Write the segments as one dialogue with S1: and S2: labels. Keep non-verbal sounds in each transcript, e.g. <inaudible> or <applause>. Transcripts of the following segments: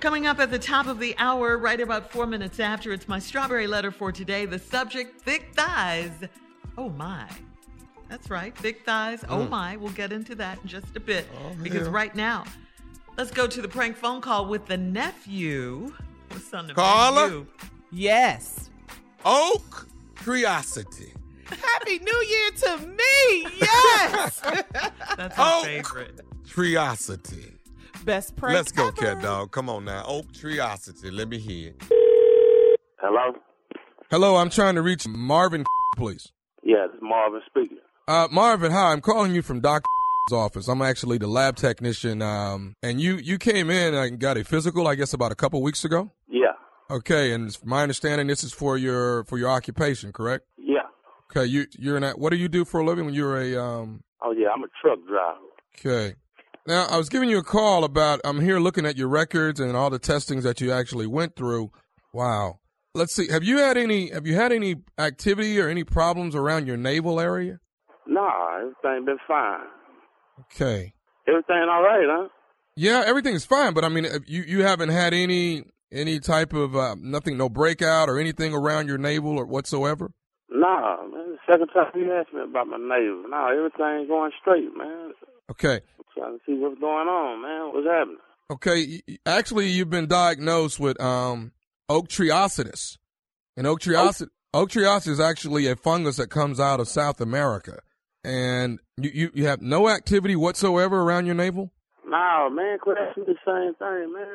S1: Coming up at the top of the hour, right about four minutes after, it's my strawberry letter for today. The subject thick thighs. Oh my. That's right, thick thighs.
S2: Hmm.
S1: Oh my. We'll get into that in just a bit.
S2: Oh,
S1: because right now, let's go to the prank phone call with the nephew. What's on the
S3: Carla?
S1: nephew?
S2: Yes.
S3: Oak <laughs> curiosity.
S2: Happy New Year to me. Yes.
S1: <laughs> That's my
S3: Oh.
S1: favorite.
S3: Curiosity.
S2: Best prank.
S3: Let's go,
S2: ever.
S3: cat dog. Come on now. Oak curiosity. Let me hear. it.
S4: Hello?
S3: Hello, I'm trying to reach Marvin, <laughs> please.
S4: Yeah, this is Marvin speaking.
S3: Uh, Marvin, hi. I'm calling you from Doc's <laughs> office. I'm actually the lab technician. Um, and you you came in and got a physical, I guess, about a couple weeks ago.
S4: Yeah,
S3: Okay, and it's my understanding, this is for your for your occupation, correct?
S4: yeah.
S3: Okay, you you're an what do you do for a living? You're a um.
S4: Oh, yeah, I'm a truck driver.
S3: Okay. Now I was giving you a call about. I'm here looking at your records and all the testings that you actually went through. Wow. Let's see. Have you had any Have you had any activity or any problems around your naval area?
S4: Nah, everything been fine.
S3: Okay.
S4: Everything all right, huh?
S3: Yeah, everything's fine, but I mean, if you you haven't had any any type of uh, nothing, no breakout or anything around your navel or whatsoever.
S4: Nah, man, the second time you asked me about my neighbor. Nah, everything going straight, man.
S3: Okay,
S4: I'm trying to see what's going on, man. What's happening?
S3: okay. y- y- Actually, you've been diagnosed with um octriositis, and octriositis octriositis is actually a fungus that comes out of South America, and you you, you have no activity whatsoever around your navel.
S4: Nah, man, quit asking the same thing, man.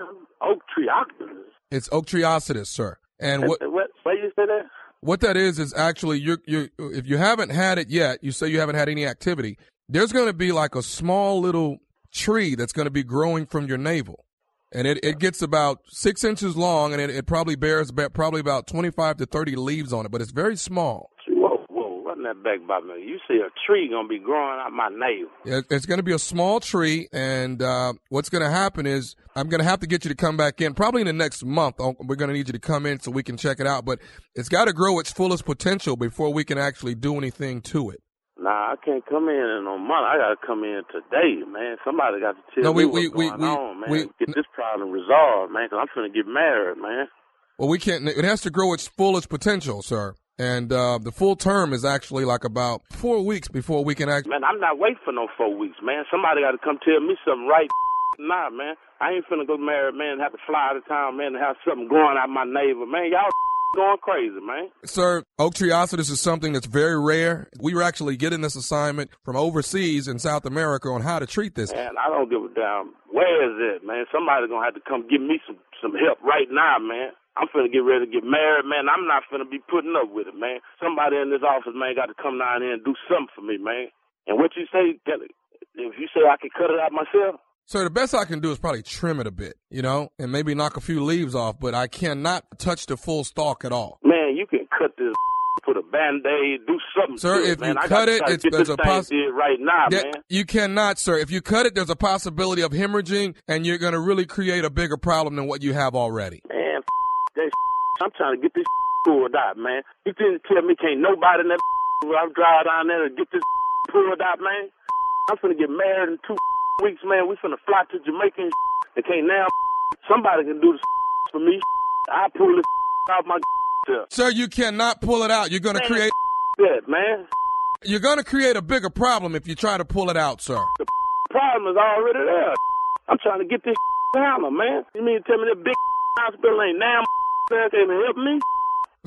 S4: I'm oak tree octopus.
S3: It's octriositis, sir. And what
S4: What? what? Where you say that?
S3: what that is is actually you you if you haven't had it yet, you say you haven't had any activity. There's going to be like a small little tree that's going to be growing from your navel, and it, it gets about six inches long, and it, it probably bears about, probably about twenty five to thirty leaves on it, but it's very small.
S4: Whoa, whoa, run that back by me. You see a tree gonna be growing out my navel.
S3: It, it's going to be a small tree, and uh, what's going to happen is I'm going to have to get you to come back in probably in the next month. I'll- We're going to need you to come in so we can check it out, but it's got to grow its fullest potential before we can actually do anything to it.
S4: Nah, I can't come in in no month. I gotta come in today, man. Somebody got to tell
S3: No, we-
S4: me what's
S3: we- we-
S4: going
S3: we-
S4: on, man.
S3: we-
S4: get this problem resolved, man. Cause I'm finna get married, man.
S3: Well, we can't. It has to grow its fullest potential, sir. And uh, the full term is actually like about four weeks before we can act.
S4: Man, I'm not waiting for no four weeks, man. Somebody got to come tell me something right <laughs> now, man. I ain't finna go married, man. And have to fly out of town, man, and have something growing out my neighbor, man. Y'all <laughs> going crazy, man.
S3: Sir, octriositis is something that's very rare. We were actually getting this assignment from overseas in South America on how to treat this.
S4: Man, I don't give a damn. Where is it, man? Somebody gonna have to come give me some some help right now, man. I'm finna get ready to get married, man. I'm not finna be putting up with it, man. Somebody in this office, man, got to come down here and do something for me, man. And what you say, Kelly? If you say I can cut it out myself,
S3: Sir, the best I can do is probably trim it a bit, you know, and maybe knock a few leaves off, but I cannot touch the full stalk at all.
S4: man, you can cut this, <laughs> put a band aid, do something.
S3: Sir,
S4: to it,
S3: if
S4: man.
S3: you
S4: I
S3: cut
S4: gotta
S3: it,
S4: try to
S3: it's-
S4: get
S3: there's
S4: this
S3: a
S4: thing
S3: poss-
S4: did right now,
S3: Yeah,
S4: Ah, man.
S3: you cannot, sir. If you cut it, there's a possibility of hemorrhaging, and you're going to really create a bigger problem than what you have already.
S4: Man, that. I'm trying to get this <laughs> pulled out, man. You didn't tell me can't nobody in that <laughs> where I'm driving down there to get this <laughs> pulled out, man. I'm finna get married in two <laughs> weeks, man. We finna fly to Jamaica and, <laughs> and can't now. Somebody can do this <laughs> for me. I pull this <laughs> out my self.
S3: Sir, you cannot pull it out. You're going to
S4: Man.
S3: create
S4: <laughs> that, man.
S3: you're going to create a bigger problem if you try to pull it out, sir.
S4: <laughs> problem is already there. <laughs> I'm trying to get this <laughs> hammer, man. You mean to tell me that big <laughs> hospital ain't now <laughs> there can help me?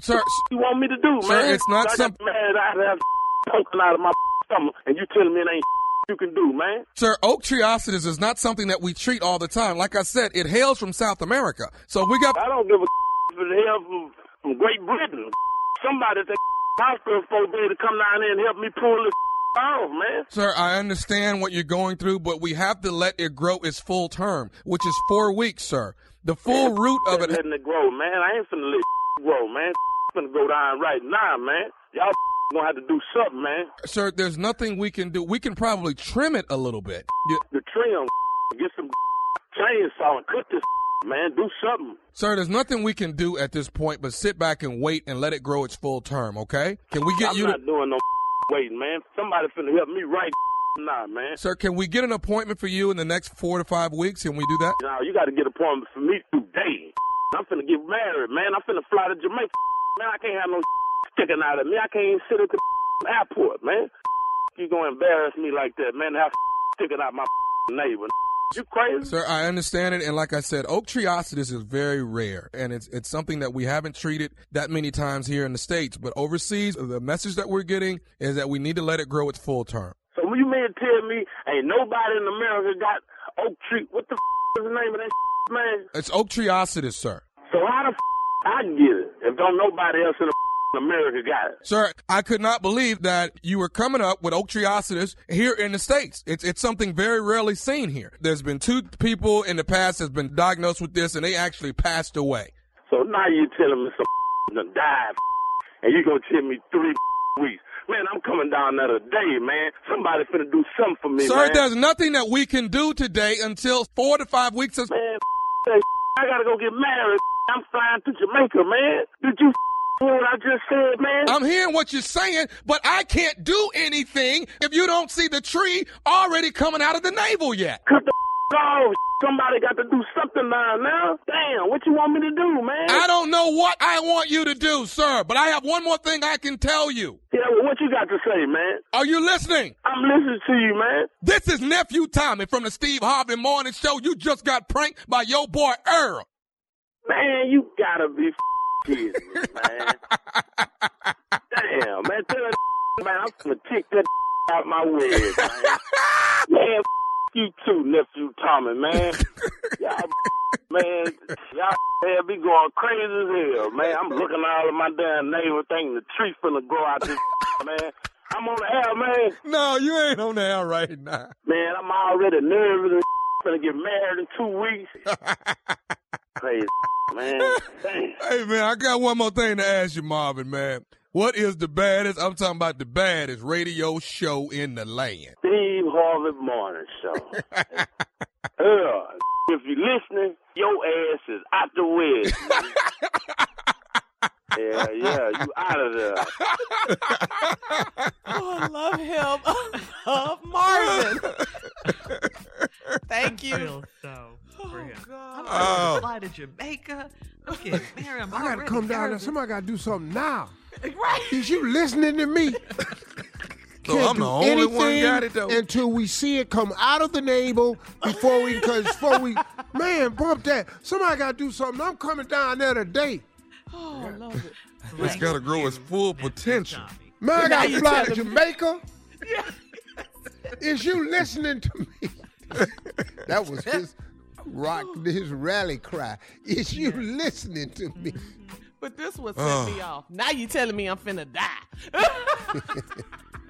S3: Sir, s-
S4: you want me to do,
S3: Sir,
S4: man?
S3: it's not
S4: I
S3: some-
S4: got mad I have <laughs> poking out of my <laughs> stomach, and you telling me it ain't <laughs> you can do, man.
S3: sir, octriositis is not something that we treat all the time. Like I said, it hails from South America. So we got
S4: I don't give a <laughs> for the help from, from Great Britain. <laughs> Somebody at the <laughs> hospital for me to come down there and help me pull this <laughs> off, man.
S3: Sir, I understand what you're going through, but we have to let it grow its full term, which is 4 weeks, sir. The full root <laughs> of it
S4: letting it grow, man. I ain't finna let <laughs> grow, man. finna go down right now, man. Y'all <laughs> gonna have to do something, man.
S3: sir, there's nothing we can do. We can probably trim it a little bit. You-
S4: The trim, <laughs> get some chainsaw and cut this, <laughs> man. Do something.
S3: sir, there's nothing we can do at this point but sit back and wait and let it grow its full term, okay? Can we get
S4: I'm
S3: you to
S4: <laughs> not doing no waiting, man. Somebody finna help me right not, man.
S3: Sir, can we get an appointment for you in the next four to five weeks? Can we do that?
S4: Now you got to get an appointment for me today. I'm finna get married, man. I'm finna fly to Jamaica. <laughs> Man, I can't have no <laughs> sticking out of me. I can't even sit at the <laughs> airport, man. <laughs> You gonna embarrass me like that, man? Have <laughs> sticking out my neighbor? <laughs> You crazy?
S3: Sir, I understand it, and like I said, oak triocetus is very rare, and it's it's something that we haven't treated that many times here in the states. But overseas, the message that we're getting is that we need to let it grow its full term.
S4: So when you mean to tell me ain't nobody in America got oak tree? What the <laughs> is the name of that man?
S3: It's oak triocetus, sir.
S4: So how the <laughs> I get it if don't nobody else in America got it?
S3: Sir, I could not believe that you were coming up with oak triocetus here in the States. It's, it's something very rarely seen here. There's been two people in the past that's been diagnosed with this and they actually passed away.
S4: So now you telling me some <laughs> done died, <laughs> and you gonna tell me three <laughs> weeks? Man, I'm coming down there today, man. Somebody finna do something for me,
S3: Sir,
S4: man.
S3: there's nothing that we can do today until four to five weeks of
S4: <laughs> man, <laughs> that I gotta go get married. <laughs> I'm flying to Jamaica, man. Did you <laughs> hear what I just said, man?
S3: I'm hearing what you're saying, but I can't do anything if you don't see the tree already coming out of the navel yet.
S4: <laughs> Cut the <laughs> off. Somebody got to do something now. Now, damn, what you want me to do, man?
S3: I don't know what I want you to do, sir, but I have one more thing I can tell you.
S4: yeah, well, what you got to say, man?
S3: Are you listening?
S4: I'm listening to you, man.
S3: This is Nephew Tommy from the Steve Harvey Morning Show. You just got pranked by your boy Earl.
S4: Man, you gotta be kidding me, man. Damn, man, tell that <laughs> man I'm gonna kick that <laughs> out my way, man. Man, you too, nephew Tommy, man. Y'all, <laughs> man, y'all <laughs> man, be going crazy as hell, man. I'm looking all of my damn neighbor thing. The tree finna grow out this, <laughs> man. I'm on the air, man.
S3: No, you ain't on the air right now.
S4: Man, I'm already nervous. and <laughs> Finna get married in two weeks. Crazy, man. Damn.
S3: Hey, man, I got one more thing to ask you, Marvin, man. What is the baddest, I'm talking about the baddest radio show in the land?
S4: Steve Harvey Morning Show. Earl, if you listening, your ass is out the way. yeah, yeah, you out of there.
S2: Oh, I love him. I love Marvin. Thank you.
S1: Feel so
S2: Oh,
S1: for him. I'm
S2: God.
S1: gonna
S3: Oh.
S1: fly to Jamaica. I'm getting married. I'm
S5: I gotta
S1: already
S5: come down there.
S1: nervous.
S5: Somebody gotta do something now.
S2: Right.
S5: Is you listening
S3: <laughs>
S5: to me?
S3: <laughs> So
S5: Can't
S3: I'm
S5: do
S3: the only one
S5: anything
S3: got it, though.
S5: Until we see it come out of the navel before we, because
S3: <laughs>
S5: before we, man, bump that. Somebody gotta do something. I'm coming down there today.
S2: Oh, I love it.
S3: It's got to grow its full potential.
S1: Tommy.
S5: Man, I gotta
S3: <laughs>
S2: you
S5: fly to
S2: telling me.
S5: Jamaica. Is you listening to me? that was his rock, his rally cry. Is you listening to me?
S2: But this one set
S3: Oh.
S2: me off. Now you telling me I'm finna die. <laughs>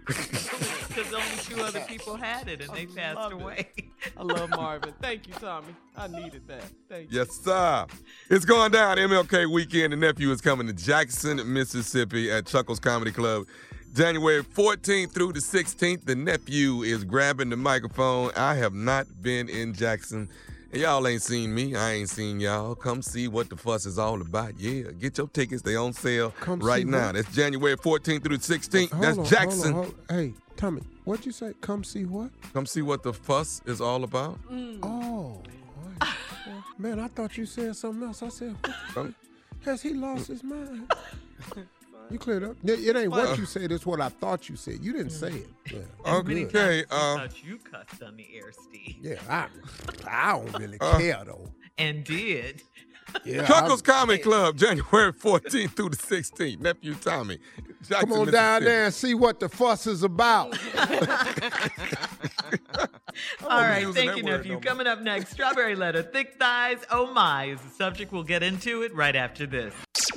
S1: Because only two other people had it and they passed
S2: love it.
S1: away.
S2: I love Marvin. Thank you, Tommy. I needed that. Thank you.
S6: Yes, sir. It's going down. MLK weekend. The nephew is coming to Jackson, Mississippi at Chuckles Comedy Club. January 14th through the 16th, the nephew is grabbing the microphone. I have not been in Jackson. And Y'all ain't seen me. I ain't seen y'all. Come see what the fuss is all about. Yeah, get your tickets. They on sale
S5: Come
S6: right
S5: see
S6: now.
S5: what?
S6: That's January 14th through the 16th. That's
S5: Hold on, hold on,
S6: Jackson.
S5: hold on. Hey, Tommy, what'd you say? Come see what?
S6: Come see what the fuss is all about.
S5: Oh, boy. man, I thought you said something else. I said, what
S6: Come-
S5: has he lost his mind? You cleared up. It it ain't what you said. It's what I thought you said. You didn't say it. Yeah,
S6: Uh-huh.
S1: And many times
S6: Okay.
S1: we
S6: Uh,
S1: thought you cussed on the air, Steve,
S5: yeah I, I don't really
S6: Uh.
S5: care though.
S1: and did.
S5: Yeah,
S6: Chuckles
S5: I-
S6: Comedy Club, January 14th through the 16th. Nephew Tommy. Jackson,
S5: Come on down
S6: Mississippi.
S5: there and see what the fuss is about.
S1: All right,
S6: using
S1: thank
S6: that word
S1: you, nephew.
S6: no more.
S1: Coming up next, Strawberry Letter, Thick Thighs, Oh My is the subject. We'll get into it right after this.